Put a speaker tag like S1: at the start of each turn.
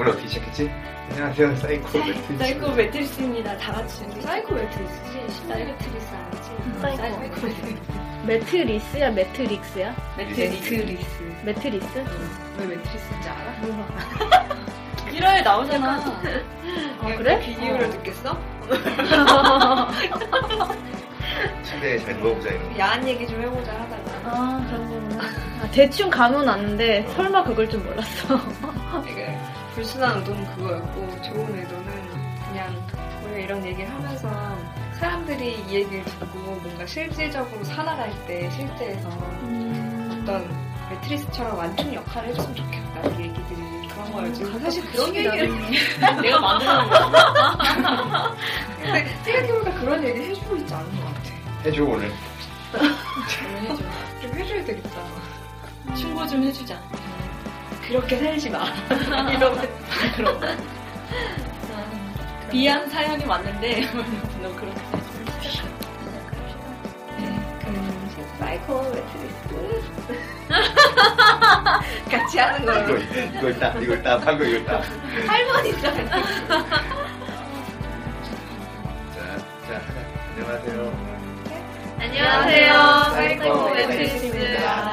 S1: 오늘 어떻게 시작했지? 안녕하세요 사이코 매트
S2: 네, 사이코 매트리스입니다. 다 같이. 사이코 매트리스지? 예, 사이코트리스 아니지? 사이코 매트리스.
S3: 매트리스야 매트릭스야?
S2: 매트리스.
S3: 매트리스?
S2: 왜 매트리스인지 알아? 몰라. 1월 나오잖아. 어,
S3: 그래?
S2: 비디오를
S3: 어.
S2: 듣겠어?
S1: 침대에 잘 누워보자 이런 거.
S2: 야한 얘기 좀 해보자 하다가.
S3: 아 그런 거구나 아, 대충 감은 왔는데 설마 그걸 줄 몰랐어
S2: 되게 불순한 의도는 그거였고, 좋은 의도는 그냥 우리가 이런 얘기를 하면서 사람들이 이 얘기를 듣고 뭔가 실질적으로 살아갈 때 실제에서 어떤 매트리스처럼 완전 역할을 해줬으면 좋겠다 이 얘기들이 그런 거였지 음, 사실 그런 얘기를 내가 만드는 거 근데 생각해보니까 그런 얘기 해주고 있지 않은 것 같아
S1: 해줘 오늘
S2: 당연히죠 좀 해줘야 되겠다 충고 좀 해주자 그렇게 살지 마 이러면 아, 그런 거 비양 사연이 왔는데 너 그렇게 네, 그럼 사이코 매트리스 같이 하는 걸로
S1: 이거 이걸 따 이걸 따 방금 이걸 따
S2: 할머니 사연
S1: 자, 자, 안녕하세요
S2: 안녕하세요.
S1: 사이코
S2: 사이코 매트리스입니다.